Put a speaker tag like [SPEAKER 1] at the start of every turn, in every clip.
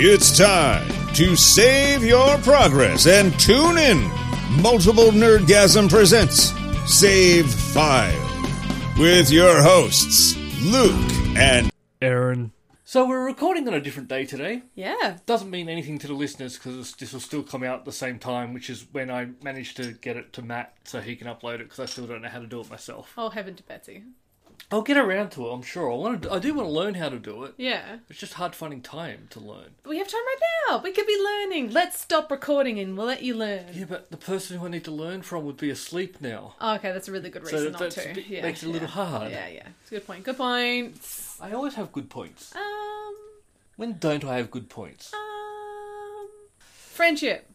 [SPEAKER 1] It's time to save your progress and tune in. Multiple Nerdgasm presents Save File with your hosts, Luke and
[SPEAKER 2] Aaron.
[SPEAKER 3] So we're recording on a different day today.
[SPEAKER 4] Yeah.
[SPEAKER 3] Doesn't mean anything to the listeners because this will still come out at the same time, which is when I managed to get it to Matt so he can upload it because I still don't know how to do it myself.
[SPEAKER 4] Oh, heaven to Betsy.
[SPEAKER 3] I'll get around to it, I'm sure. I want to. I do want to learn how to do it.
[SPEAKER 4] Yeah.
[SPEAKER 3] It's just hard finding time to learn.
[SPEAKER 4] But we have time right now. We could be learning. Let's stop recording and we'll let you learn.
[SPEAKER 3] Yeah, but the person who I need to learn from would be asleep now.
[SPEAKER 4] Oh, okay, that's a really good reason
[SPEAKER 3] that-
[SPEAKER 4] not
[SPEAKER 3] that's
[SPEAKER 4] to.
[SPEAKER 3] a bit-
[SPEAKER 4] yeah,
[SPEAKER 3] makes it a
[SPEAKER 4] yeah.
[SPEAKER 3] little hard.
[SPEAKER 4] Yeah, yeah. It's a good point. Good points.
[SPEAKER 3] I always have good points.
[SPEAKER 4] Um,
[SPEAKER 3] When don't I have good points?
[SPEAKER 4] um, friendship.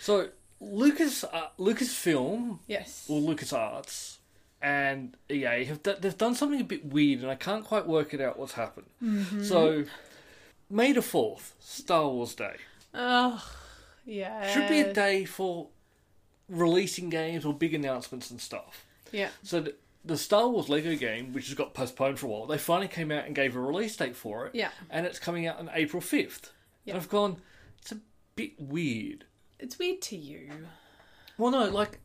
[SPEAKER 3] So Lucas, uh, Lucasfilm
[SPEAKER 4] Yes.
[SPEAKER 3] or LucasArts and EA have d- they've done something a bit weird, and I can't quite work it out what's happened.
[SPEAKER 4] Mm-hmm.
[SPEAKER 3] So, May the fourth, Star Wars Day,
[SPEAKER 4] Oh, yeah.
[SPEAKER 3] should be a day for releasing games or big announcements and stuff.
[SPEAKER 4] Yeah.
[SPEAKER 3] So th- the Star Wars Lego game, which has got postponed for a while, they finally came out and gave a release date for it.
[SPEAKER 4] Yeah.
[SPEAKER 3] and it's coming out on April fifth.
[SPEAKER 4] Yeah.
[SPEAKER 3] And I've gone, it's a bit weird.
[SPEAKER 4] It's weird to you.
[SPEAKER 3] Well, no, like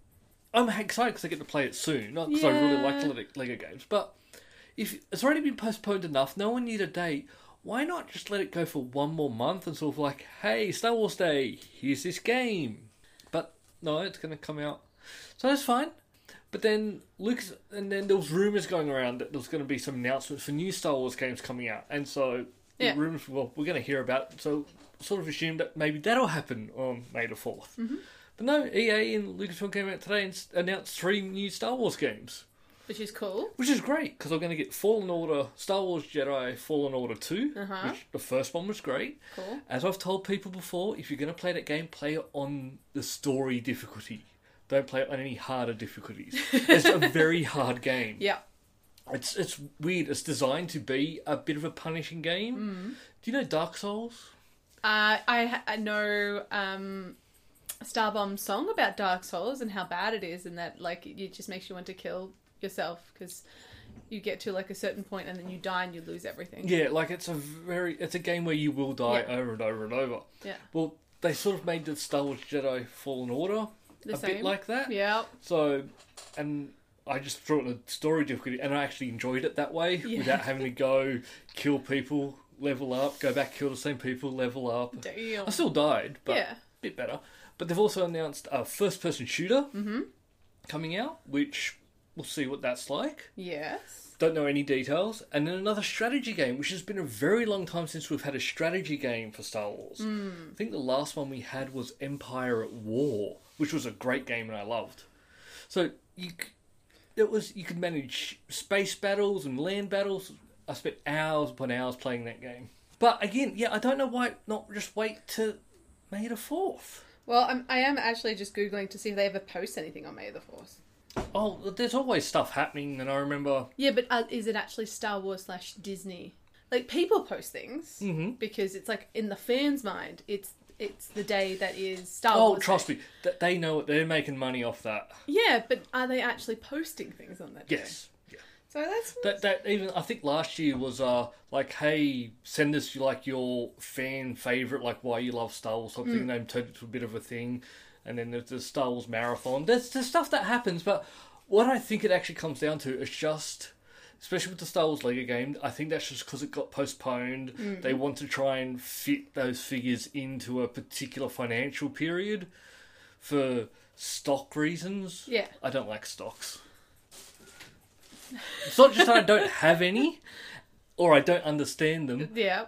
[SPEAKER 3] I'm excited because I get to play it soon. Not because I really like the
[SPEAKER 4] Yeah.
[SPEAKER 3] Lego- Lego games, but if it's already been postponed enough, no one needed a date. Why not just let it go for one more month and sort of like, hey, Star Wars Day, here's this game. But no, it's going to come out, so that's fine. But then Lucas, and then there was rumors going around that there was going to be some announcements for new Star Wars games coming out, and so
[SPEAKER 4] Yeah.
[SPEAKER 3] the rumors, well, we're going to hear about. It, so sort of assumed that maybe that'll happen on May the 4th but no, EA and Lucasfilm came out today and s- announced three new Star Wars games,
[SPEAKER 4] Which is cool.
[SPEAKER 3] which is great because I'm going to get Fallen Order, Star Wars Jedi Fallen Order 2,
[SPEAKER 4] Uh-huh.
[SPEAKER 3] which the first one was great.
[SPEAKER 4] Cool.
[SPEAKER 3] As I've told people before, if you're going to play that game, play it on the story difficulty. Don't play it on any harder difficulties. it's a very hard game.
[SPEAKER 4] Yeah.
[SPEAKER 3] It's it's weird. It's designed to be a bit of a punishing game.
[SPEAKER 4] Mm.
[SPEAKER 3] Do you know Dark Souls?
[SPEAKER 4] Uh, I, ha- I know um, Starbomb's song about Dark Souls and how bad it is, and that like it just makes you want to kill yourself because you get to like a certain point and then you die and you lose everything.
[SPEAKER 3] Yeah, like it's a very it's a game where you will die
[SPEAKER 4] Yeah.
[SPEAKER 3] over and over and over.
[SPEAKER 4] Yeah.
[SPEAKER 3] Well, they sort of made the Star Wars Jedi Fallen Order
[SPEAKER 4] The
[SPEAKER 3] a bit
[SPEAKER 4] same.
[SPEAKER 3] like that.
[SPEAKER 4] Yeah.
[SPEAKER 3] So, and I just threw it in a story difficulty, and I actually enjoyed it that way
[SPEAKER 4] Yeah.
[SPEAKER 3] without having to go kill people, level up, go back kill the same people, level up.
[SPEAKER 4] Damn.
[SPEAKER 3] I still died, but
[SPEAKER 4] Yeah.
[SPEAKER 3] a bit better. But they've also announced a first-person shooter
[SPEAKER 4] Mm-hmm.
[SPEAKER 3] coming out, which we'll see what that's like.
[SPEAKER 4] Yes.
[SPEAKER 3] Don't know any details. And then another strategy game, which has been a very long time since we've had a strategy game for Star Wars. I think the last one we had was Empire at War, which was a great game and I loved. So you, c- it was you could manage space battles and land battles. I spent hours upon hours playing that game. But again, yeah, I don't know why not just wait to May the fourth.
[SPEAKER 4] Well, I'm, I am actually just googling to see if they ever post anything on May the Fourth.
[SPEAKER 3] Oh, there's always stuff happening, and I remember
[SPEAKER 4] Yeah, but uh, is it actually Star Wars slash Disney? Like people post things
[SPEAKER 3] Mm-hmm.
[SPEAKER 4] because it's like in the fans' mind, it's it's the day that is Star
[SPEAKER 3] Oh,
[SPEAKER 4] Wars. Day.
[SPEAKER 3] trust me, that they know it. They're making money off that.
[SPEAKER 4] Yeah, but are they actually posting things on that?
[SPEAKER 3] Yes.
[SPEAKER 4] Day? So that's
[SPEAKER 3] That that even I think last year was uh like hey send us like your fan favorite like why you love Star Wars something and they turned it to a bit of a thing, and then there's the Star Wars marathon. There's the stuff that happens, but what I think it actually comes down to is just. Especially with the Star Wars Lego game, I think that's just because it got postponed. They want to try and fit those figures into a particular financial period for stock reasons.
[SPEAKER 4] Yeah.
[SPEAKER 3] I don't like stocks. It's not just that I don't have any or I don't understand them.
[SPEAKER 4] yeah.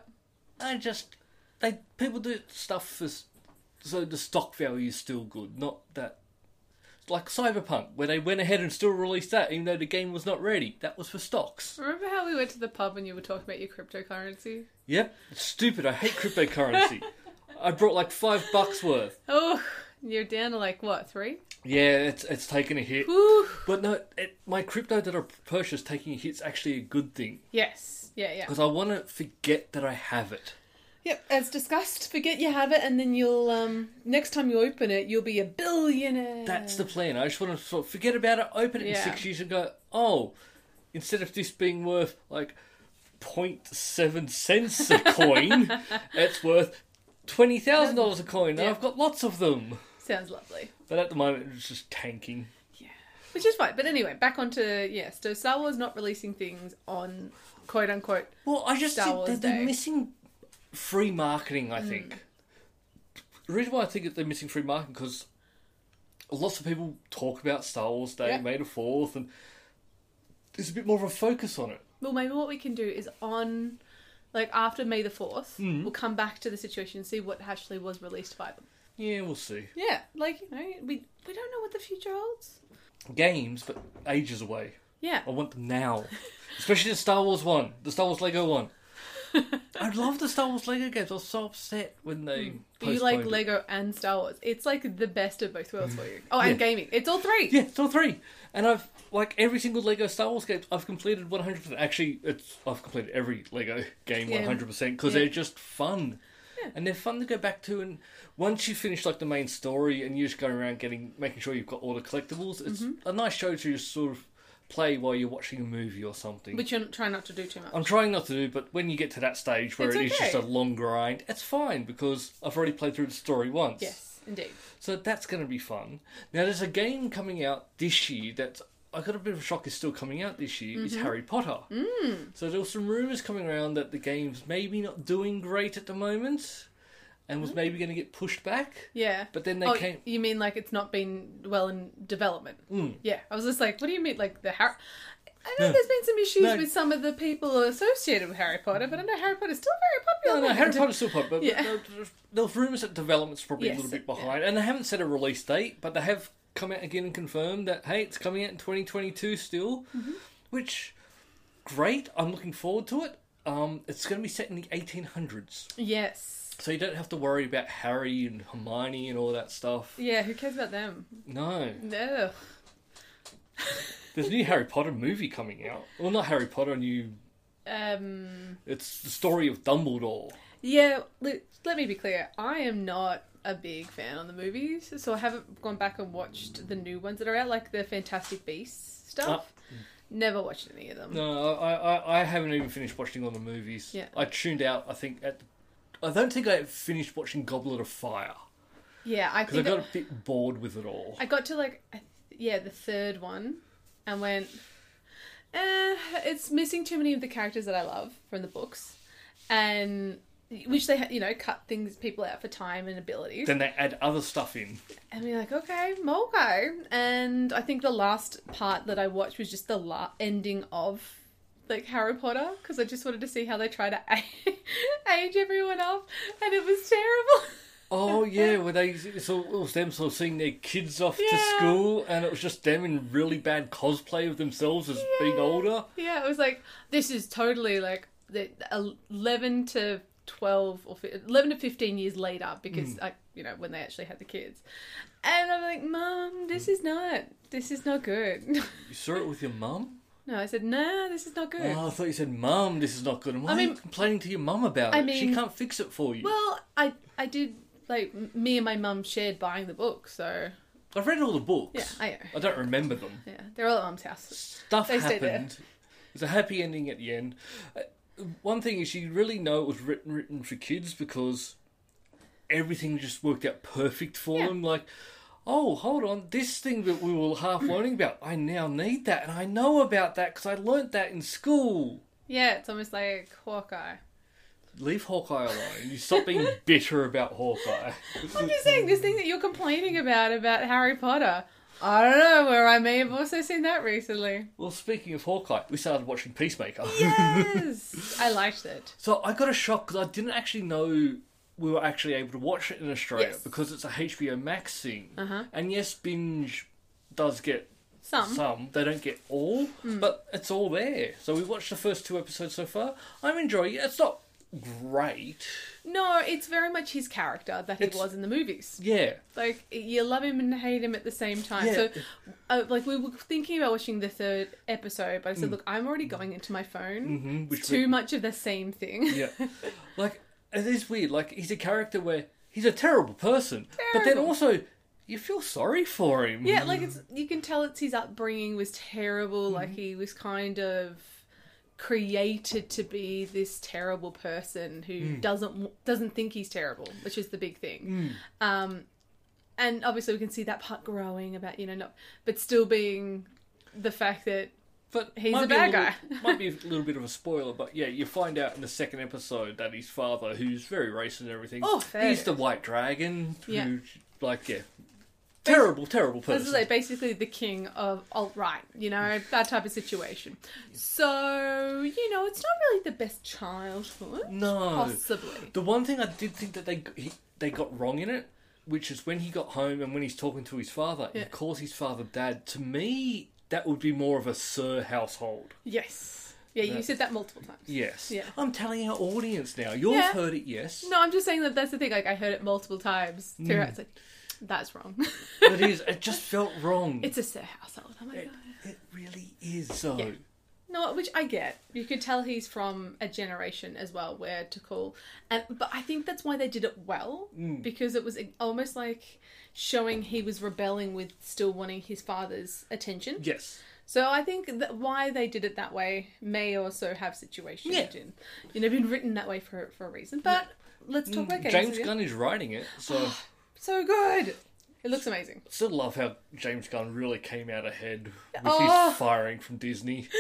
[SPEAKER 3] I just they people do stuff for s- so the stock value is still good, not that it's like Cyberpunk where they went ahead and still released that even though the game was not ready. That was for stocks.
[SPEAKER 4] Remember how we went to the pub and you were talking about your cryptocurrency?
[SPEAKER 3] Yep, it's stupid. I hate cryptocurrency. I brought like 5 bucks worth.
[SPEAKER 4] Oh, you're down to like what three?
[SPEAKER 3] Yeah, it's it's taken a hit.
[SPEAKER 4] Ooh.
[SPEAKER 3] But no, it, my crypto that I purchased taking a hit's actually a good thing
[SPEAKER 4] Yes. Yeah. Yeah.
[SPEAKER 3] because I want to forget that I have it.
[SPEAKER 4] Yep, as discussed, forget you have it, and then you'll um next time you open it, you'll be a billionaire.
[SPEAKER 3] That's the plan. I just want to sort of forget about it, open it in
[SPEAKER 4] Yeah.
[SPEAKER 3] six years and go, oh, instead of this being worth like 0.7 cents a coin, it's worth $20,000 a coin. And
[SPEAKER 4] Yeah.
[SPEAKER 3] I've got lots of them.
[SPEAKER 4] Sounds lovely.
[SPEAKER 3] But at the moment, it's just tanking.
[SPEAKER 4] Which is fine. But anyway, back onto yes. So Star Wars not releasing things on quote unquote.
[SPEAKER 3] Well, I just
[SPEAKER 4] Star
[SPEAKER 3] think
[SPEAKER 4] Wars
[SPEAKER 3] that they're
[SPEAKER 4] Day.
[SPEAKER 3] missing free marketing.
[SPEAKER 4] Hmm.
[SPEAKER 3] I think the reason why I think that they're missing free marketing because lots of people talk about Star Wars Day,
[SPEAKER 4] Yeah.
[SPEAKER 3] May the Fourth, and there's a bit more of a focus on it.
[SPEAKER 4] Well, maybe what we can do is on like after May the 4th
[SPEAKER 3] Mm.
[SPEAKER 4] we we'll come back to the situation and see what actually was released by them.
[SPEAKER 3] Yeah, we'll see.
[SPEAKER 4] Yeah, like you know, we we don't know what the future holds.
[SPEAKER 3] Games, but ages away.
[SPEAKER 4] Yeah.
[SPEAKER 3] I want them now, especially the Star Wars one, the Star Wars Lego one. I love the Star Wars Lego games. I was so upset when they.
[SPEAKER 4] But Hmm. you like
[SPEAKER 3] postponed it.
[SPEAKER 4] Lego and Star Wars. It's like the best of both worlds for you. Oh, and
[SPEAKER 3] Yeah.
[SPEAKER 4] gaming. It's all three.
[SPEAKER 3] Yeah, it's all three. And I've like every single Lego Star Wars game. I've completed one hundred percent. Actually, it's I've completed every Lego game
[SPEAKER 4] Yeah.
[SPEAKER 3] one hundred percent because
[SPEAKER 4] Yeah.
[SPEAKER 3] they're just fun. And they're fun to go back to, and once you finish like the main story, and you're just going around getting, making sure you've got all the collectibles. It's
[SPEAKER 4] Mm-hmm.
[SPEAKER 3] a nice show to just sort of play while you're watching a movie or something.
[SPEAKER 4] Which you're trying not to do too much.
[SPEAKER 3] I'm trying not to do, but when you get to that stage where
[SPEAKER 4] It's
[SPEAKER 3] it's
[SPEAKER 4] okay.
[SPEAKER 3] just a long grind, it's fine because I've already played through the story once.
[SPEAKER 4] Yes, indeed.
[SPEAKER 3] So that's going to be fun. Now, there's a game coming out this year that I got a bit of a shock is still coming out this year.
[SPEAKER 4] Mm-hmm.
[SPEAKER 3] Is Harry Potter. Mm. So there were some rumours coming around that the game's maybe not doing great at the moment, and was
[SPEAKER 4] Mm.
[SPEAKER 3] maybe going to get pushed back.
[SPEAKER 4] Yeah.
[SPEAKER 3] But then they
[SPEAKER 4] oh,
[SPEAKER 3] came. Mm.
[SPEAKER 4] You mean like it's not been well in development? Yeah. I was just like, what do you mean, like the Harry? I know
[SPEAKER 3] No.
[SPEAKER 4] there's been some issues
[SPEAKER 3] No.
[SPEAKER 4] with some of the people associated with Harry Potter, but I know Harry Potter's still very
[SPEAKER 3] No,
[SPEAKER 4] popular.
[SPEAKER 3] no, Harry Potter's still popular. but
[SPEAKER 4] Oh, Yeah.
[SPEAKER 3] there- there- There's rumours that development's probably
[SPEAKER 4] Yes,
[SPEAKER 3] a little bit
[SPEAKER 4] yeah.
[SPEAKER 3] behind, and they haven't set a release date, but they have come out again and confirmed that hey, it's coming out in 2022 still,
[SPEAKER 4] Mm-hmm.
[SPEAKER 3] which great. I'm looking forward to it. Um, it's going to be set in the 1800s,
[SPEAKER 4] Yes.
[SPEAKER 3] so you don't have to worry about Harry and Hermione and all that stuff.
[SPEAKER 4] Yeah. Who cares about them?
[SPEAKER 3] No,
[SPEAKER 4] No.
[SPEAKER 3] there's a new Harry Potter movie coming out. Well, not Harry Potter, a new.
[SPEAKER 4] Um.
[SPEAKER 3] It's the story of Dumbledore.
[SPEAKER 4] Yeah. Let, let me be clear. I am not a big fan on the movies, so I haven't gone back and watched the new ones that are out, like the Fantastic Beasts stuff. Never watched any of them.
[SPEAKER 3] Ah. No, I, I, I haven't even finished watching all the movies.
[SPEAKER 4] Yeah.
[SPEAKER 3] I tuned out. I think at, I don't think I finished watching Goblet of Fire
[SPEAKER 4] Yeah, I
[SPEAKER 3] because I
[SPEAKER 4] think
[SPEAKER 3] got a bit bored with it all.
[SPEAKER 4] I got to like, I th- yeah, the third one, and went, eh, it's missing too many of the characters that I love from the books, and which they ha- you know cut things people out for time and abilities.
[SPEAKER 3] Then they add other stuff in.
[SPEAKER 4] and we're like, okay, Mulgo. And I think the last part that I watched was just the la- ending of like Harry Potter because I just wanted to see how they try to age everyone up, and it was terrible.
[SPEAKER 3] Oh yeah, where they it's all, it was them sort of seeing their kids off to
[SPEAKER 4] Yeah.
[SPEAKER 3] school, and it was just them in really bad cosplay of themselves as being older.
[SPEAKER 4] Yeah, it was like this is totally like the eleven to twelve or fi- eleven to fifteen years later because like you know when they actually had the kids, and I'm like, Mom, this is not this is not good.
[SPEAKER 3] You saw it with your mum.
[SPEAKER 4] no, I said, Nah, this is not good.
[SPEAKER 3] Oh, I thought you said, "Mum, this is not good." And why
[SPEAKER 4] I
[SPEAKER 3] are you
[SPEAKER 4] mean-
[SPEAKER 3] complaining to your mum about
[SPEAKER 4] I
[SPEAKER 3] it? she
[SPEAKER 4] mean-
[SPEAKER 3] can't fix it for you.
[SPEAKER 4] well, I I did like m- me and my mum shared buying the book, so
[SPEAKER 3] I've read all the books.
[SPEAKER 4] yeah, I
[SPEAKER 3] I don't remember them.
[SPEAKER 4] yeah, they're all at Mum's house.
[SPEAKER 3] stuff
[SPEAKER 4] They stay there.
[SPEAKER 3] happened. There's a happy ending at the end. Uh, one thing is, you really know it was written written for kids because everything just worked out perfect for
[SPEAKER 4] Yeah.
[SPEAKER 3] them. Like, oh, hold on, this thing that we were half learning about, I now need that, and I know about that because I learnt that in school.
[SPEAKER 4] Yeah, it's almost like Hawkeye.
[SPEAKER 3] Leave Hawkeye alone. You stop being bitter about Hawkeye.
[SPEAKER 4] I'm just saying this thing that you're complaining about about Harry Potter. I don't know where I may have also seen that recently.
[SPEAKER 3] Well, speaking of Hawkeye, we started watching Peacemaker.
[SPEAKER 4] Yes, I liked it.
[SPEAKER 3] So I got a shock because I didn't actually know we were actually able to watch it in Australia
[SPEAKER 4] Yes.
[SPEAKER 3] because it's a HBO Max thing.
[SPEAKER 4] Uh-huh.
[SPEAKER 3] And yes, binge does get
[SPEAKER 4] Some. Hmm.
[SPEAKER 3] some; they don't get all, but it's all there. So we watched the first two episodes so far. I'm enjoying it. It's not great.
[SPEAKER 4] No, it's very much his character that he
[SPEAKER 3] It's-
[SPEAKER 4] was in the movies.
[SPEAKER 3] Yeah,
[SPEAKER 4] Like you love him and hate him at the same time.
[SPEAKER 3] Yeah.
[SPEAKER 4] So, uh, like we were thinking about watching the third episode, but I said, "Look, I'm already going into my phone.
[SPEAKER 3] Mhm, Mm. which
[SPEAKER 4] It's too much of the same thing."
[SPEAKER 3] yeah. like it is weird. Like he's a character where he's a terrible person, but then
[SPEAKER 4] Terrible.
[SPEAKER 3] also you feel sorry for him.
[SPEAKER 4] Yeah, like it's you can tell it's his upbringing was terrible. Like he was kind of created to be this terrible person who doesn't doesn't think he's terrible, which is the big thing. Um, and obviously, we can see that part growing about you know not, but still being the fact that
[SPEAKER 3] But
[SPEAKER 4] He's
[SPEAKER 3] might
[SPEAKER 4] a
[SPEAKER 3] be
[SPEAKER 4] bad
[SPEAKER 3] little-
[SPEAKER 4] guy.
[SPEAKER 3] might be a little bit of a spoiler, but yeah, you find out in the second episode that his father, who's very racist and everything,
[SPEAKER 4] Oh, fair.
[SPEAKER 3] he's the white dragon. Who,
[SPEAKER 4] Yeah.
[SPEAKER 3] like yeah, terrible, terrible
[SPEAKER 4] this
[SPEAKER 3] person.
[SPEAKER 4] is like basically the king of alt right, you know that type of situation. So you know, it's not really the best childhood,
[SPEAKER 3] no,
[SPEAKER 4] possibly.
[SPEAKER 3] the one thing I did think that they he, they got wrong in it, which is when he got home and when he's talking to his father, he
[SPEAKER 4] Yeah.
[SPEAKER 3] calls his father dad. To me, that would be more of a sir household.
[SPEAKER 4] Yes. Yeah, you
[SPEAKER 3] That-
[SPEAKER 4] said that multiple times.
[SPEAKER 3] Yes,
[SPEAKER 4] Yeah.
[SPEAKER 3] I'm telling our audience now. You've
[SPEAKER 4] Yeah.
[SPEAKER 3] heard it, yes.
[SPEAKER 4] No, I'm just saying that that's the thing. Like I heard it multiple times
[SPEAKER 3] Mm.
[SPEAKER 4] throughout. It's like that's wrong.
[SPEAKER 3] But it is. It just felt wrong.
[SPEAKER 4] it's a Sir household. Oh my
[SPEAKER 3] It,
[SPEAKER 4] god.
[SPEAKER 3] it really is so.
[SPEAKER 4] Yeah. No, which I get. You could tell he's from a generation as well where to call, and but I think that's why they did it well
[SPEAKER 3] Mm.
[SPEAKER 4] because it was uh, almost like showing he was rebelling with still wanting his father's attention.
[SPEAKER 3] Yes.
[SPEAKER 4] So I think that why they did it that way may also have situations
[SPEAKER 3] Yeah.
[SPEAKER 4] in, you know, been written that way for for a reason. But let's talk about games
[SPEAKER 3] Mm. James
[SPEAKER 4] again.
[SPEAKER 3] Gunn is writing it, so
[SPEAKER 4] So good. It looks amazing.
[SPEAKER 3] still love how James Gunn really came out ahead with
[SPEAKER 4] Oh.
[SPEAKER 3] his firing from Disney.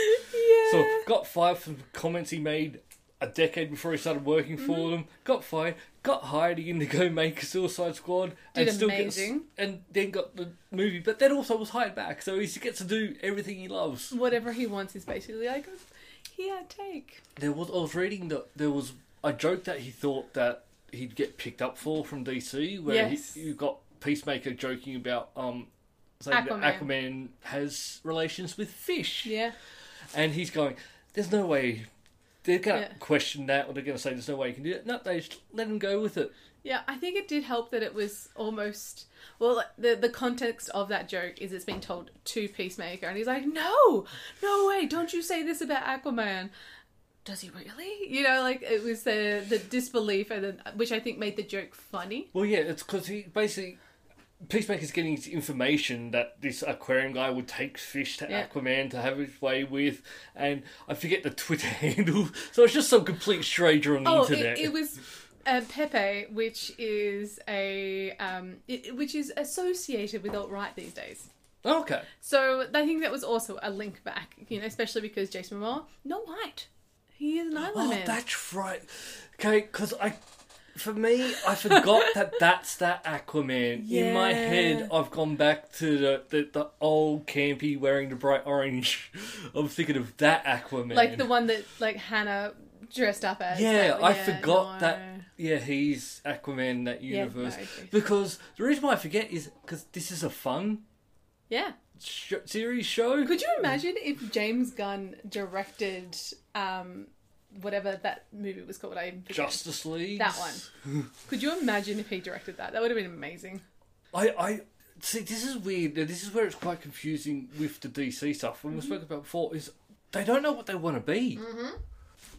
[SPEAKER 4] Yeah.
[SPEAKER 3] So got fired for comments he made a decade before he started working
[SPEAKER 4] Mm-hmm.
[SPEAKER 3] for them. Got fired. Got hired again to go make a Suicide Squad
[SPEAKER 4] Did
[SPEAKER 3] and still
[SPEAKER 4] amazing.
[SPEAKER 3] get and then got the movie, but then also was hired back, so he gets to do everything he loves.
[SPEAKER 4] whatever he wants is basically like, here, take.
[SPEAKER 3] There was I was reading that there was a joke that he thought that he'd get picked up for from DC, where
[SPEAKER 4] Yes.
[SPEAKER 3] he, you got Peacemaker joking about um saying that
[SPEAKER 4] Aquaman.
[SPEAKER 3] Aquaman has relations with fish,
[SPEAKER 4] Yeah.
[SPEAKER 3] and he's going, "There's no way." They're gonna
[SPEAKER 4] Yeah.
[SPEAKER 3] question that, or they're gonna say there's no way you can do it. No, they just let him go with it.
[SPEAKER 4] Yeah, I think it did help that it was almost well like, the the context of that joke is it's been told to Peacemaker and he's like, "No. No way. Don't you say this about Aquaman." Does he really? You know, like it was the the disbelief and then which I think made the joke funny.
[SPEAKER 3] Well, yeah, it's because he basically Peacemaker's getting his information that this aquarium guy would take fish to
[SPEAKER 4] Yeah.
[SPEAKER 3] Aquaman to have his way with, and I forget the Twitter handle, so it's just some complete stranger on the
[SPEAKER 4] Oh,
[SPEAKER 3] internet.
[SPEAKER 4] it, it was uh, Pepe, which is a um, it, which is associated with alt right these days.
[SPEAKER 3] Oh, okay,
[SPEAKER 4] So I think that was also a link back, you know, especially because Jason Momoa, not white. He is an island
[SPEAKER 3] oh,
[SPEAKER 4] man.
[SPEAKER 3] that's right. Okay, because I. For me, I forgot that that's that Aquaman. In my
[SPEAKER 4] Yeah.
[SPEAKER 3] head, I've gone back to the, the, the old campy wearing the bright orange. I'm thinking of that Aquaman.
[SPEAKER 4] Like the one that like Hannah dressed up as.
[SPEAKER 3] Yeah,
[SPEAKER 4] Like,
[SPEAKER 3] I forgot
[SPEAKER 4] no.
[SPEAKER 3] that. Yeah, he's Aquaman in that
[SPEAKER 4] Yeah, no,
[SPEAKER 3] universe.
[SPEAKER 4] I agree.
[SPEAKER 3] because the reason why I forget is because this is a fun
[SPEAKER 4] Yeah.
[SPEAKER 3] sh- series show.
[SPEAKER 4] Could you imagine if James Gunn directed um whatever that movie was called? I forget.
[SPEAKER 3] Justice League.
[SPEAKER 4] that one. Could you imagine if he directed that? That would have been amazing.
[SPEAKER 3] I, I see. This is weird. This is where it's quite confusing with the DC stuff.
[SPEAKER 4] Mm-hmm.
[SPEAKER 3] When we spoke about before, is they don't know what they want to be. Mm-hmm.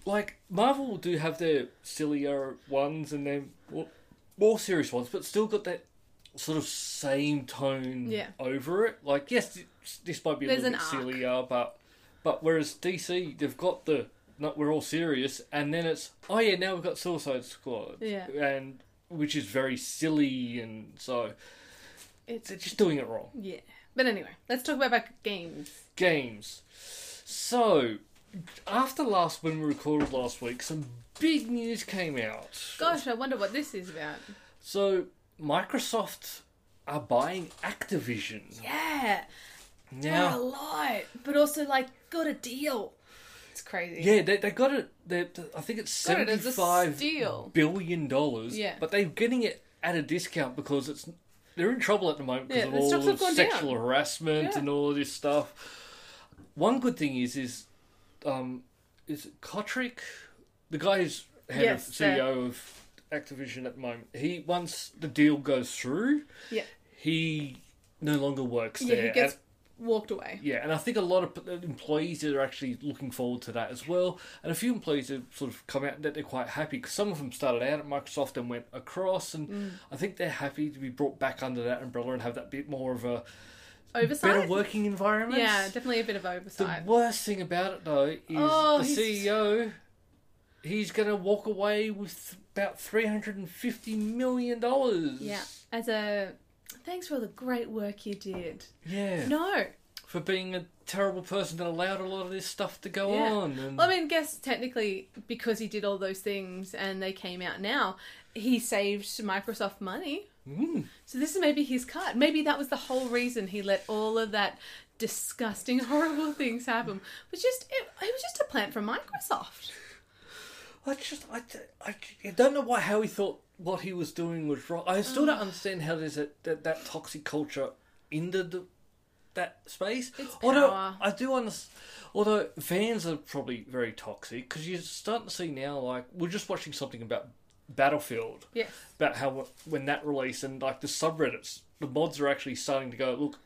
[SPEAKER 3] Like Marvel do have their sillier ones and their more, more serious ones, but still got that sort of same tone
[SPEAKER 4] Yeah.
[SPEAKER 3] over it. Like yes, this, this might be a
[SPEAKER 4] There's
[SPEAKER 3] little bit
[SPEAKER 4] an arc.
[SPEAKER 3] sillier, but but whereas DC they've got the no, we're all serious, and then it's oh yeah, now we've got Suicide Squad,
[SPEAKER 4] Yeah.
[SPEAKER 3] and which is very silly, and so
[SPEAKER 4] It's
[SPEAKER 3] they're just doing it wrong.
[SPEAKER 4] yeah. But anyway, let's talk about back games.
[SPEAKER 3] Games. So, after last when we recorded last week, some big news came out.
[SPEAKER 4] Gosh, I wonder what this is about.
[SPEAKER 3] So, Microsoft are buying Activision.
[SPEAKER 4] Yeah.
[SPEAKER 3] Now,
[SPEAKER 4] lot, but also like got a deal. It's crazy.
[SPEAKER 3] yeah, they, they got it. They, I think it's
[SPEAKER 4] Got it as a
[SPEAKER 3] seventy-five
[SPEAKER 4] steal.
[SPEAKER 3] billion dollars.
[SPEAKER 4] Yeah.
[SPEAKER 3] but they're getting it at a discount because it's they're in trouble at the moment because
[SPEAKER 4] Yeah,
[SPEAKER 3] of
[SPEAKER 4] the
[SPEAKER 3] all
[SPEAKER 4] stocks have
[SPEAKER 3] the
[SPEAKER 4] gone
[SPEAKER 3] sexual
[SPEAKER 4] down.
[SPEAKER 3] harassment
[SPEAKER 4] Yeah.
[SPEAKER 3] and all of this stuff. One good thing is is um, is it Kotrick, the guy who's head
[SPEAKER 4] Yes, uh,
[SPEAKER 3] of
[SPEAKER 4] the-
[SPEAKER 3] CEO of Activision at the moment. He once the deal goes through,
[SPEAKER 4] Yeah.
[SPEAKER 3] he no longer works
[SPEAKER 4] Yeah,
[SPEAKER 3] there.
[SPEAKER 4] he gets
[SPEAKER 3] And-
[SPEAKER 4] walked away.
[SPEAKER 3] yeah, and I think a lot of p- employees are actually looking forward to that as well. And a few employees have sort of come out that they're quite happy because some of them started out at Microsoft and went
[SPEAKER 4] Mm.
[SPEAKER 3] across, and I think they're happy to be brought back under that umbrella and have that bit more of a
[SPEAKER 4] oversight.
[SPEAKER 3] better working environments.
[SPEAKER 4] yeah, definitely a bit of
[SPEAKER 3] The
[SPEAKER 4] oversight.
[SPEAKER 3] worst thing about it though is
[SPEAKER 4] Oh,
[SPEAKER 3] the
[SPEAKER 4] he's-
[SPEAKER 3] CEO. He's going to walk away with about three hundred and fifty million dollars.
[SPEAKER 4] yeah, as a thanks for all the great work you did.
[SPEAKER 3] Yeah.
[SPEAKER 4] No,
[SPEAKER 3] For being a terrible person that allowed a lot of this stuff to go
[SPEAKER 4] Yeah.
[SPEAKER 3] on. And
[SPEAKER 4] Well, I mean, guess technically because he did all those things and they came out now, he saved Microsoft money.
[SPEAKER 3] Mm.
[SPEAKER 4] So this is maybe his cut. Maybe that was the whole reason he let all of that disgusting, horrible things happen. Was just it, it was just a plant from Microsoft.
[SPEAKER 3] I just, I, I, I don't know why how he thought what he was doing was wrong. I still
[SPEAKER 4] Mm.
[SPEAKER 3] don't understand how there's a, that that toxic culture ended the, that space.
[SPEAKER 4] It's
[SPEAKER 3] Although
[SPEAKER 4] power.
[SPEAKER 3] I do understand. Although fans are probably very toxic because you're starting to see now, like we're just watching something about Battlefield,
[SPEAKER 4] Yes.
[SPEAKER 3] about how when that released and like the subreddits, the mods are actually starting to go, look,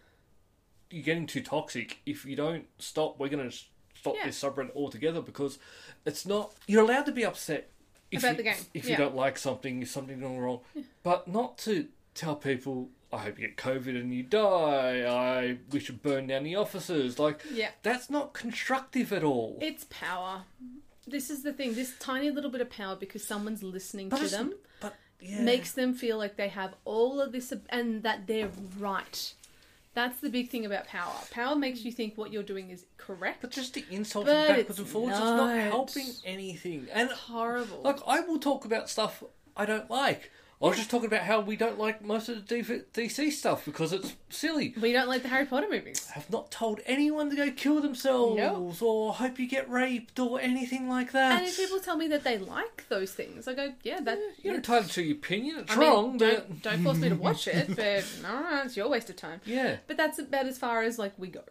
[SPEAKER 3] you're getting too toxic. If you don't stop, we're going to stop
[SPEAKER 4] Yeah.
[SPEAKER 3] this subreddit altogether because it's not. You're allowed to be upset if
[SPEAKER 4] About
[SPEAKER 3] you,
[SPEAKER 4] the game,
[SPEAKER 3] if you
[SPEAKER 4] yeah.
[SPEAKER 3] don't like something, if something's gone wrong, but not to tell people. I hope you get COVID and you die. I we should burn down the offices. Like
[SPEAKER 4] Yeah.
[SPEAKER 3] that's not constructive at all.
[SPEAKER 4] It's power. This is the thing. This tiny little bit of power because someone's listening to
[SPEAKER 3] it's-
[SPEAKER 4] them
[SPEAKER 3] but yeah.
[SPEAKER 4] makes them feel like they have all of this ab- and that they're right. That's the big thing about power. Power makes you think what you're doing is correct.
[SPEAKER 3] But just the insulting
[SPEAKER 4] But
[SPEAKER 3] backwards
[SPEAKER 4] it's
[SPEAKER 3] and forwards, it's not
[SPEAKER 4] not.
[SPEAKER 3] helping anything. And
[SPEAKER 4] horrible.
[SPEAKER 3] like, I will talk about stuff I don't like. I was just talking about how we don't like most of the DV DC stuff because it's silly.
[SPEAKER 4] we don't like the Harry Potter movies.
[SPEAKER 3] I've not told anyone to go kill themselves
[SPEAKER 4] No.
[SPEAKER 3] or hope you get raped or anything like that.
[SPEAKER 4] And if people tell me that they like those things, I go, yeah, that.
[SPEAKER 3] You're entitled to your opinion. It's
[SPEAKER 4] I mean,
[SPEAKER 3] wrong, but
[SPEAKER 4] don't, don't force me to watch it, but all right, it's your waste of time.
[SPEAKER 3] yeah,
[SPEAKER 4] But that's about as far as like we go.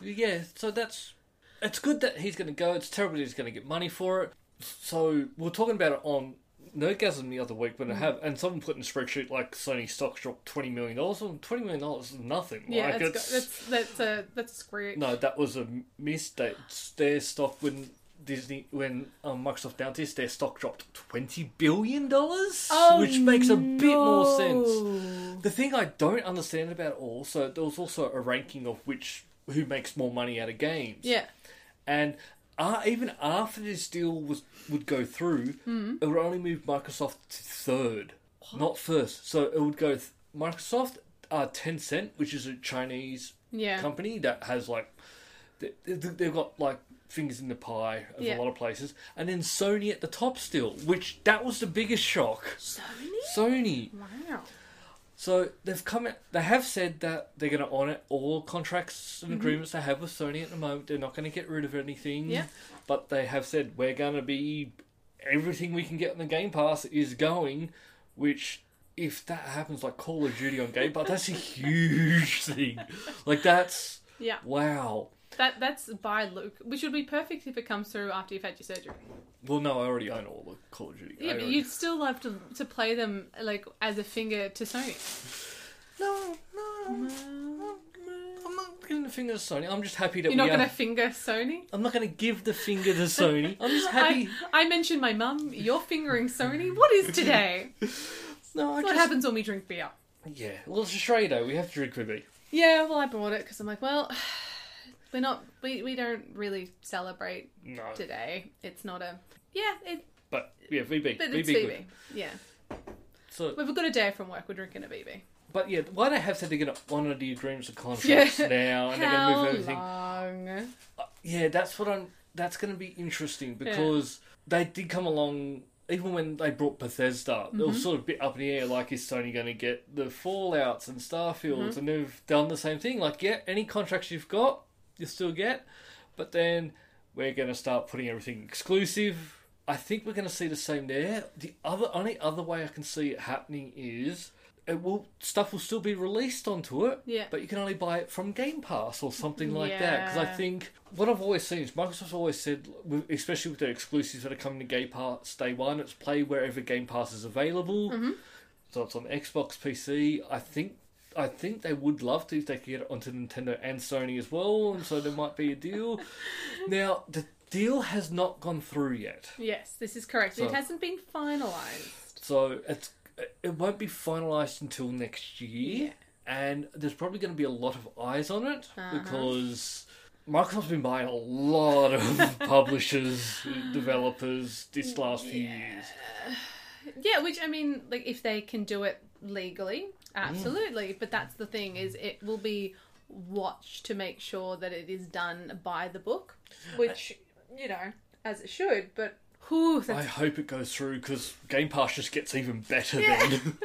[SPEAKER 3] yeah. So that's it's good that he's going to go. It's terrible that he's going to get money for it. So we are talking about it on Nerdgasm the other week when
[SPEAKER 4] Mm.
[SPEAKER 3] I have, and someone put in a spreadsheet like Sony stocks dropped twenty million dollars. Well, twenty million dollars is nothing.
[SPEAKER 4] Yeah,
[SPEAKER 3] like,
[SPEAKER 4] that's, go- that's that's a that's screw.
[SPEAKER 3] No, that was a mistake. Their stock when Disney, when um, Microsoft announced this, their stock dropped twenty billion dollars,
[SPEAKER 4] Oh,
[SPEAKER 3] which makes a bit more sense.
[SPEAKER 4] no.
[SPEAKER 3] The thing I don't understand about it all, so there was also a ranking of which who makes more money out of games,
[SPEAKER 4] Yeah,
[SPEAKER 3] and. Uh, even after this deal was would go through,
[SPEAKER 4] Hmm.
[SPEAKER 3] it would only move Microsoft to third, not first. So it would go th- Microsoft, uh, Tencent, which is a Chinese
[SPEAKER 4] yeah.
[SPEAKER 3] company that has like they- they- they've got like fingers in the pie of
[SPEAKER 4] Yeah.
[SPEAKER 3] a lot of places and then sony at the top still which that was the biggest shock sony
[SPEAKER 4] Wow.
[SPEAKER 3] so they've come out, they have said that they're going to honor all contracts
[SPEAKER 4] Mm-hmm.
[SPEAKER 3] and agreements they have with sony at the moment they're not going to get rid of anything
[SPEAKER 4] Yeah.
[SPEAKER 3] but they have said we're going to be everything we can get on the game pass is going which if that happens like call of duty on game pass that's a huge thing like that's
[SPEAKER 4] Yeah,
[SPEAKER 3] Wow.
[SPEAKER 4] that that's by Luke, which would be perfect if it comes through after you've had your surgery.
[SPEAKER 3] Well, no, I already own all the Call of Duty.
[SPEAKER 4] Yeah,
[SPEAKER 3] I
[SPEAKER 4] but
[SPEAKER 3] already-
[SPEAKER 4] you'd still love to to play them like as a finger to Sony.
[SPEAKER 3] No, no. I'm not giving the finger to Sony. I'm just happy that
[SPEAKER 4] You're not
[SPEAKER 3] we are.
[SPEAKER 4] going to finger Sony.
[SPEAKER 3] I'm not going to give the finger to Sony. I'm just happy.
[SPEAKER 4] I, I mentioned my mum. You're fingering Sony. What is today?
[SPEAKER 3] no, I
[SPEAKER 4] That's what
[SPEAKER 3] just.
[SPEAKER 4] happens when we drink beer.
[SPEAKER 3] Yeah. Well, it's Australia, though. We have to drink Quibi.
[SPEAKER 4] Yeah, well, I brought it because I'm like, well, we're not, we, we don't really celebrate
[SPEAKER 3] No.
[SPEAKER 4] today. It's not a, yeah, it,
[SPEAKER 3] But, yeah, VB.
[SPEAKER 4] but
[SPEAKER 3] VB.
[SPEAKER 4] it's
[SPEAKER 3] good.
[SPEAKER 4] BB. Yeah,
[SPEAKER 3] So,
[SPEAKER 4] we've got a day from work. We're drinking a BB.
[SPEAKER 3] but, yeah, why they have said they're going to honour the agreements and contracts
[SPEAKER 4] Yeah.
[SPEAKER 3] now and they're going to
[SPEAKER 4] How
[SPEAKER 3] move everything.
[SPEAKER 4] long?
[SPEAKER 3] Yeah, that's what I'm. That's going to be interesting because they did come along. Even when they brought Bethesda, they were sort of a bit up in the air. Like, is Sony going to get the Fallout's and Starfields? And they've done the same thing. Like, yeah, any contracts you've got, you still get. But then we're going to start putting everything exclusive. I think we're going to see the same there. The other only other way I can see it happening is it will stuff will still be released onto it.
[SPEAKER 4] Yeah.
[SPEAKER 3] But you can only buy it from Game Pass or something like that. Because I
[SPEAKER 4] Yeah.
[SPEAKER 3] think what I've always seen is Microsoft's always said, with- especially with their exclusives that are coming to Game Pass day one, it's play wherever Game Pass is available. So it's on Xbox, PC. I think I think they would love to if they could get it onto Nintendo and Sony as well, and so there might be a deal. now the deal has not gone through yet,
[SPEAKER 4] Yes, this is correct.
[SPEAKER 3] So-
[SPEAKER 4] it hasn't been finalized.
[SPEAKER 3] so it's it won't be finalized until next year.
[SPEAKER 4] Yeah.
[SPEAKER 3] and there's probably going to be a lot of eyes on it
[SPEAKER 4] Uh-huh.
[SPEAKER 3] because Microsoft's been buying a lot of publishers, developers this last few years.
[SPEAKER 4] Yeah, which I mean, like if they can do it legally, absolutely. But that's the thing is, it will be watched to make sure that it is done by the book, which you know as it should. But whew,
[SPEAKER 3] I
[SPEAKER 4] that's,
[SPEAKER 3] hope it goes through because Game Pass just gets even better
[SPEAKER 4] Yeah.
[SPEAKER 3] then.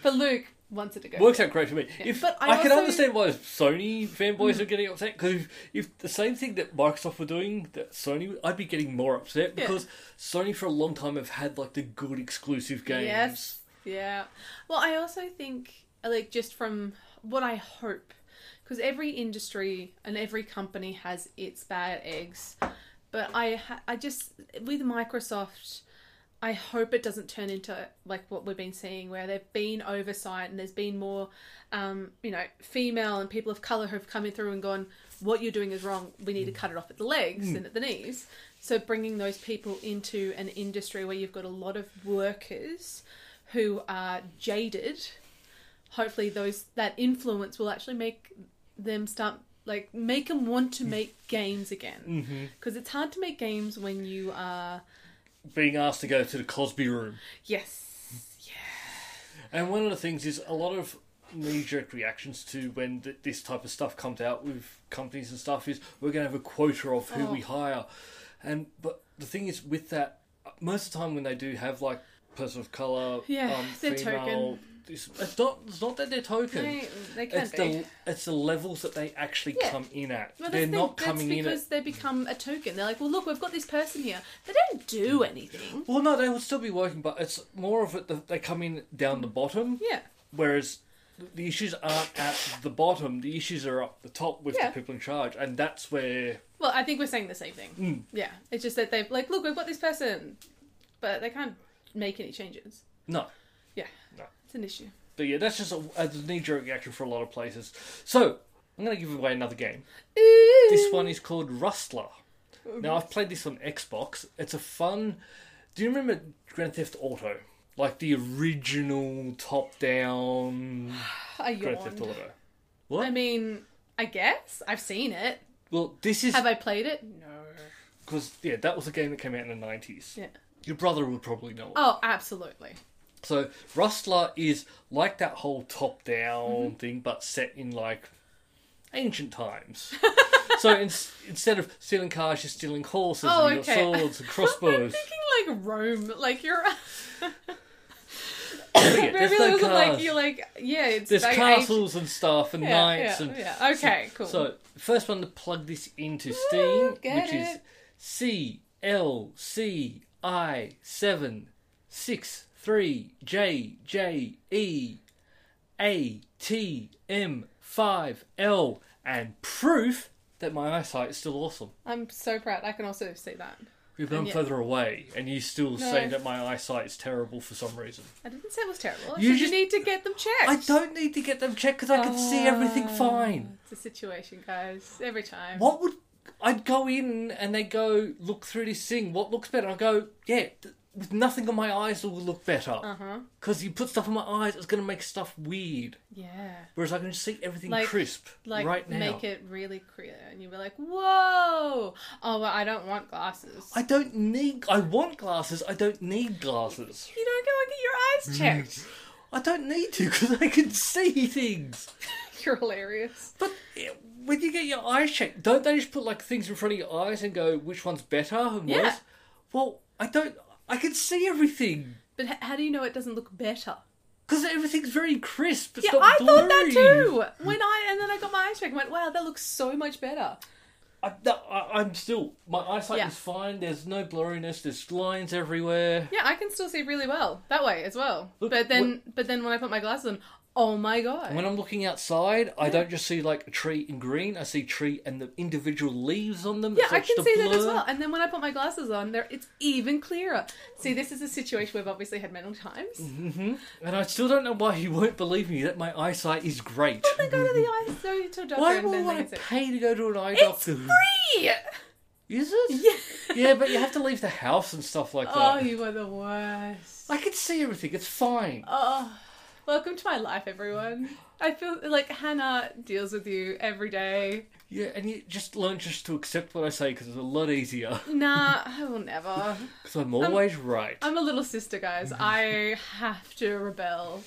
[SPEAKER 4] for Luke wants it to go.
[SPEAKER 3] Works out great for me. If
[SPEAKER 4] But I
[SPEAKER 3] I, can
[SPEAKER 4] also- Hmm.
[SPEAKER 3] understand why Sony fanboys are getting upset because if, if the same thing that Microsoft were doing that Sony, I'd be getting more upset
[SPEAKER 4] Yeah.
[SPEAKER 3] because Sony for a long time have had like the good exclusive games.
[SPEAKER 4] Yes. Yeah. Well, I also think, like, just from what I hope, because every industry and every company has its bad eggs, but I, ha- I just with Microsoft. I hope it doesn't turn into like what we've been seeing, where there've been oversight and there's been more, um, you know, female and people of color who've come in through and gone, "What you're doing is wrong. We need to cut it off at the legs
[SPEAKER 3] Mm.
[SPEAKER 4] and at the knees." So bringing those people into an industry where you've got a lot of workers who are jaded, hopefully those that influence will actually make them start like make them want
[SPEAKER 3] Mm.
[SPEAKER 4] to make games
[SPEAKER 3] Mm-hmm.
[SPEAKER 4] again because it's hard to make games when you are
[SPEAKER 3] Being asked to go to the Cosby room.
[SPEAKER 4] yes
[SPEAKER 3] And one of the things is a lot of knee jerk reactions to when th- this type of stuff comes out with companies and stuff is we're going to have a quota of who
[SPEAKER 4] Oh.
[SPEAKER 3] we hire. And but the thing is with that, most of the time when they do have like person of color,
[SPEAKER 4] Yeah,
[SPEAKER 3] um,
[SPEAKER 4] they're
[SPEAKER 3] female, It's, it's not it's not that they're token.
[SPEAKER 4] They, they can
[SPEAKER 3] it's
[SPEAKER 4] be.
[SPEAKER 3] the it's the levels that they actually
[SPEAKER 4] Yeah.
[SPEAKER 3] come in at.
[SPEAKER 4] Well, that's
[SPEAKER 3] they're
[SPEAKER 4] the thing,
[SPEAKER 3] not
[SPEAKER 4] that's
[SPEAKER 3] coming in at.
[SPEAKER 4] because they become a token. They're like, well, look, we've got this person here. They don't
[SPEAKER 3] Mm.
[SPEAKER 4] do anything.
[SPEAKER 3] Well, no, they will still be working, but it's more of it that they come in down the bottom.
[SPEAKER 4] Yeah,
[SPEAKER 3] Whereas the issues aren't at the bottom, the issues are up the top with
[SPEAKER 4] Yeah.
[SPEAKER 3] the people in charge, and that's where
[SPEAKER 4] well, I think we're saying the same thing.
[SPEAKER 3] Mm.
[SPEAKER 4] Yeah, it's just that they've like, look, we've got this person, but they can't make any changes.
[SPEAKER 3] no.
[SPEAKER 4] Yeah,
[SPEAKER 3] No.
[SPEAKER 4] it's an issue.
[SPEAKER 3] But yeah, that's just a, a knee-jerk reaction for a lot of places. So I'm going to give away another game. This
[SPEAKER 4] Mm.
[SPEAKER 3] one is called Rustler. Now I've played this on Xbox. It's a fun. Do you remember Grand Theft Auto? Like the original top-down
[SPEAKER 4] I
[SPEAKER 3] Grand Theft
[SPEAKER 4] yawned.
[SPEAKER 3] Auto.
[SPEAKER 4] I mean, I guess I've seen it.
[SPEAKER 3] Well, this is
[SPEAKER 4] Have I played it? No.
[SPEAKER 3] because yeah, that was a game that came out in the '90s.
[SPEAKER 4] Yeah.
[SPEAKER 3] Your brother would probably know it.
[SPEAKER 4] Oh, absolutely.
[SPEAKER 3] So Rustler is like that whole top down
[SPEAKER 4] Mm-hmm.
[SPEAKER 3] thing, but set in like ancient times. so in, instead of stealing cars, you're stealing horses
[SPEAKER 4] Oh,
[SPEAKER 3] and you've got
[SPEAKER 4] okay.
[SPEAKER 3] swords and crossbows.
[SPEAKER 4] Thinking like Rome, like you're.
[SPEAKER 3] But yeah,
[SPEAKER 4] Maybe
[SPEAKER 3] there's
[SPEAKER 4] it
[SPEAKER 3] no
[SPEAKER 4] was like
[SPEAKER 3] cars.
[SPEAKER 4] you're like yeah. It's
[SPEAKER 3] There's
[SPEAKER 4] like ancient-
[SPEAKER 3] castles and stuff and
[SPEAKER 4] Yeah,
[SPEAKER 3] knights
[SPEAKER 4] yeah,
[SPEAKER 3] and
[SPEAKER 4] yeah. Okay, cool.
[SPEAKER 3] So first one to plug this into Steam,
[SPEAKER 4] get
[SPEAKER 3] which is
[SPEAKER 4] it.
[SPEAKER 3] C L C I seven six three J J E A T M five L, and proof that my eyesight is still awesome.
[SPEAKER 4] I'm so proud. I can also see that.
[SPEAKER 3] We've been
[SPEAKER 4] yet-
[SPEAKER 3] further away, and you still
[SPEAKER 4] No.
[SPEAKER 3] saying that my eyesight is terrible for some reason.
[SPEAKER 4] I didn't say it was terrible. I
[SPEAKER 3] You
[SPEAKER 4] said
[SPEAKER 3] just-
[SPEAKER 4] you need to get them checked.
[SPEAKER 3] I don't need to get them checked because I can see everything
[SPEAKER 4] Ah.
[SPEAKER 3] fine.
[SPEAKER 4] It's a situation, guys. Every time.
[SPEAKER 3] what would I'd go in and they go look through this thing. What looks better? I go, yeah, th- with nothing on my eyes, it will look better.
[SPEAKER 4] Uh-huh.
[SPEAKER 3] Because you put stuff on my eyes, it's gonna make stuff weird.
[SPEAKER 4] Yeah.
[SPEAKER 3] Whereas I can just see everything
[SPEAKER 4] Like-
[SPEAKER 3] crisp
[SPEAKER 4] Like
[SPEAKER 3] right now.
[SPEAKER 4] make it really clear, and you'll be like, "Whoa!" Oh, well, I don't want glasses.
[SPEAKER 3] I don't need. I want glasses. I don't need glasses.
[SPEAKER 4] You don't go and get your eyes checked.
[SPEAKER 3] I don't need to because I can see things.
[SPEAKER 4] You're hilarious.
[SPEAKER 3] But eh, when you get your eyes checked, don't they just put like things in front of your eyes and go which one's better and
[SPEAKER 4] Yeah.
[SPEAKER 3] worse? Well, I don't. I can see everything.
[SPEAKER 4] But h- how do you know it doesn't look better?
[SPEAKER 3] Because everything's very crisp. It's
[SPEAKER 4] Yeah,
[SPEAKER 3] not
[SPEAKER 4] I thought that
[SPEAKER 3] blurry.
[SPEAKER 4] too. When I and then I got my eyes checked, I went, "Wow, that looks so much better."
[SPEAKER 3] I, no, I, am still. My eyesight
[SPEAKER 4] Yeah.
[SPEAKER 3] is fine. There's no blurriness. There's lines everywhere.
[SPEAKER 4] Yeah, I can still see really well that way as well.
[SPEAKER 3] Look,
[SPEAKER 4] but then, but then when I put my glasses on, oh my god!
[SPEAKER 3] When I'm looking outside, I don't just see like a tree in green. I see tree and the individual leaves on them.
[SPEAKER 4] Yeah,
[SPEAKER 3] It's
[SPEAKER 4] I
[SPEAKER 3] like
[SPEAKER 4] can
[SPEAKER 3] just a
[SPEAKER 4] see that as
[SPEAKER 3] blur.
[SPEAKER 4] well. And then when I put my glasses on, there it's even clearer. See, this is a situation we've obviously had many times.
[SPEAKER 3] Mm-hmm. And I still don't know why you won't believe me that my eyesight is great.
[SPEAKER 4] They go to the eye, so to a doctor,
[SPEAKER 3] Why
[SPEAKER 4] and then
[SPEAKER 3] would
[SPEAKER 4] they
[SPEAKER 3] I
[SPEAKER 4] can see.
[SPEAKER 3] pay to go to an eye
[SPEAKER 4] It's
[SPEAKER 3] doctor?
[SPEAKER 4] free.
[SPEAKER 3] Is it?
[SPEAKER 4] Yeah.
[SPEAKER 3] Yeah, but you have to leave the house and stuff like
[SPEAKER 4] Oh,
[SPEAKER 3] that.
[SPEAKER 4] you are the worst.
[SPEAKER 3] I can see everything. It's fine.
[SPEAKER 4] Oh, Welcome to my life, everyone. I feel like Hannah deals with you every day.
[SPEAKER 3] Yeah, and you just learn just to accept what I say because it's a lot easier.
[SPEAKER 4] Nah, I will never.
[SPEAKER 3] Because
[SPEAKER 4] Um,
[SPEAKER 3] I'm always right.
[SPEAKER 4] I'm a little sister, guys.
[SPEAKER 3] Mm-hmm.
[SPEAKER 4] I have to rebel.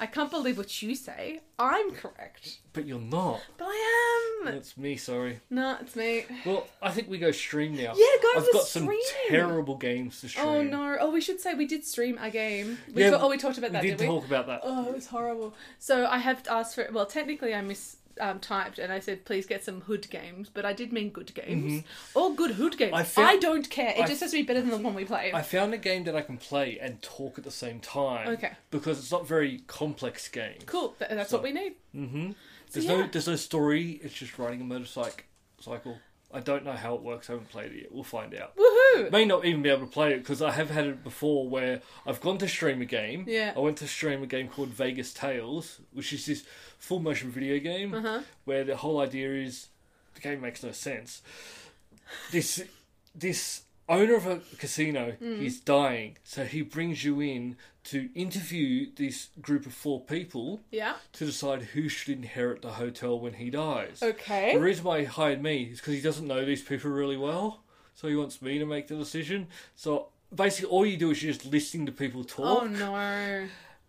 [SPEAKER 4] I can't believe what you say. I'm correct.
[SPEAKER 3] But you're not.
[SPEAKER 4] But I am.
[SPEAKER 3] That's me, sorry.
[SPEAKER 4] Nah, it's me.
[SPEAKER 3] Well, I think we go stream now.
[SPEAKER 4] Yeah, guys,
[SPEAKER 3] I've
[SPEAKER 4] let's
[SPEAKER 3] got some
[SPEAKER 4] stream.
[SPEAKER 3] terrible games to stream.
[SPEAKER 4] Oh no. Oh, we should say we did stream a game. We
[SPEAKER 3] Yeah,
[SPEAKER 4] ta- oh, we talked about
[SPEAKER 3] We
[SPEAKER 4] that,
[SPEAKER 3] did
[SPEAKER 4] not we?
[SPEAKER 3] talk about that.
[SPEAKER 4] Oh, it was horrible. So I have asked for well, technically I mis um, typed and I said please get some hood games, but I did mean good games or good hood games.
[SPEAKER 3] Mm-hmm. I
[SPEAKER 4] I,
[SPEAKER 3] feel-
[SPEAKER 4] don't care. It
[SPEAKER 3] I-
[SPEAKER 4] just has to be better than the one we played.
[SPEAKER 3] I found a game that I can play and talk at the same time.
[SPEAKER 4] Okay.
[SPEAKER 3] Because it's not very complex game.
[SPEAKER 4] cool. Th- that's what we need.
[SPEAKER 3] There's
[SPEAKER 4] So,
[SPEAKER 3] no
[SPEAKER 4] yeah.
[SPEAKER 3] there's no story. It's just riding a motorcycle. Cycle. I don't know how it works. I haven't played it yet. We'll find out.
[SPEAKER 4] Woohoo!
[SPEAKER 3] May not even be able to play it because I have had it before where I've gone to stream a game.
[SPEAKER 4] Yeah.
[SPEAKER 3] I went to stream a game called Vegas Tales, which is this full motion video game where the whole idea is the game makes no sense. This this owner of a casino he's dying, so he brings you in to interview this group of four people
[SPEAKER 4] Yeah.
[SPEAKER 3] to decide who should inherit the hotel when he dies. The
[SPEAKER 4] Okay.
[SPEAKER 3] reason why he hired me is because he doesn't know these people really well, so he wants me to make the decision. So basically, all you do is you're just listening to people talk.
[SPEAKER 4] Oh no.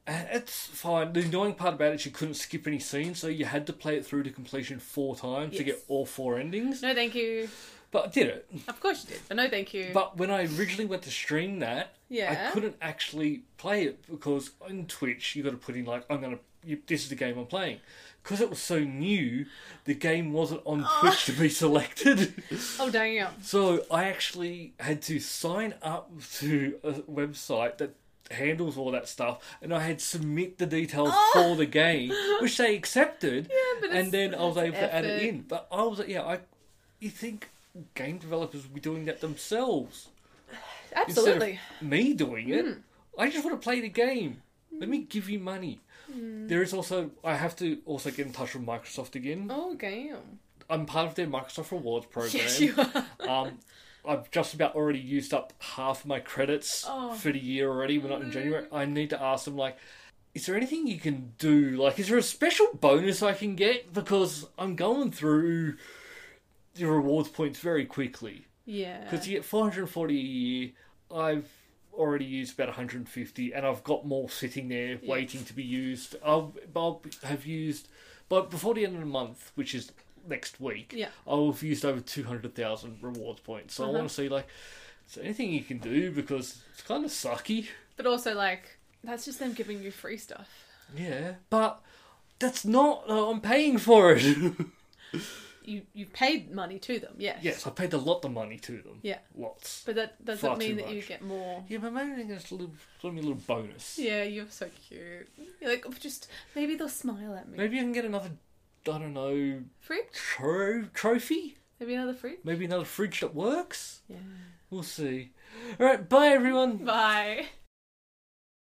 [SPEAKER 3] And It's fine. The annoying part about it is you couldn't skip any scenes, so you had to play it through to completion four times to
[SPEAKER 4] Yes.
[SPEAKER 3] get all four endings.
[SPEAKER 4] No, thank you.
[SPEAKER 3] But I did it.
[SPEAKER 4] Of course you did. But no, thank you.
[SPEAKER 3] But when I originally went to stream that,
[SPEAKER 4] Yeah.
[SPEAKER 3] I couldn't actually play it because on Twitch you got to put in like I'm gonna. You, this is the game I'm playing. Because it was so new, the game wasn't on Twitch to be selected.
[SPEAKER 4] oh dang it.
[SPEAKER 3] so I actually had to sign up to a website that handles all that stuff, and I had submit the details for the game, which they accepted.
[SPEAKER 4] Oh. Yeah, but it's-
[SPEAKER 3] and then I was
[SPEAKER 4] it's
[SPEAKER 3] able to add it
[SPEAKER 4] effort.
[SPEAKER 3] in. But I was yeah, I. You think game developers would be doing that themselves?
[SPEAKER 4] Absolutely.
[SPEAKER 3] Instead
[SPEAKER 4] Hmm.
[SPEAKER 3] of me doing it, I just want to play the game. Let me give you money.
[SPEAKER 4] Hmm.
[SPEAKER 3] There is also I have to also get in touch with Microsoft again.
[SPEAKER 4] Oh damn.
[SPEAKER 3] I'm part of their Microsoft Rewards program.
[SPEAKER 4] Yes, you are.
[SPEAKER 3] um, I've just about already used up half my credits
[SPEAKER 4] Oh.
[SPEAKER 3] for the year already. We're not in January. I need to ask them like, is there anything you can do? Like, is there a special bonus I can get because I'm going through the rewards points very quickly.
[SPEAKER 4] Yeah.
[SPEAKER 3] Because you get 440 a year. I've already used about 150, and I've got more sitting there waiting to be used. I'll, I'll have used, but before the end of the month, which is next week,
[SPEAKER 4] Yeah. Uh-huh.
[SPEAKER 3] I'll have used over 200,000 rewards points. So I want to see, like, is there anything you can do? Because it's kind of sucky.
[SPEAKER 4] But also like that's just them giving you free stuff.
[SPEAKER 3] Yeah. But that's not, uh, I'm paying for it.
[SPEAKER 4] You you paid money to them. Yes.
[SPEAKER 3] yes, I paid a lot of money to them.
[SPEAKER 4] Yeah.
[SPEAKER 3] Lots.
[SPEAKER 4] But that doesn't
[SPEAKER 3] Far too
[SPEAKER 4] mean that you
[SPEAKER 3] much.
[SPEAKER 4] get more.
[SPEAKER 3] Yeah, but maybe they're going to give me a little bonus.
[SPEAKER 4] Yeah, you're so cute. You're like, "Oh, just maybe they'll smile at me.
[SPEAKER 3] Maybe I can get another, I don't know,
[SPEAKER 4] Fridge?
[SPEAKER 3] tro- trophy?
[SPEAKER 4] Maybe another fridge?
[SPEAKER 3] Maybe another fridge that works?
[SPEAKER 4] Yeah.
[SPEAKER 3] We'll see. Alright, bye everyone!
[SPEAKER 4] Bye.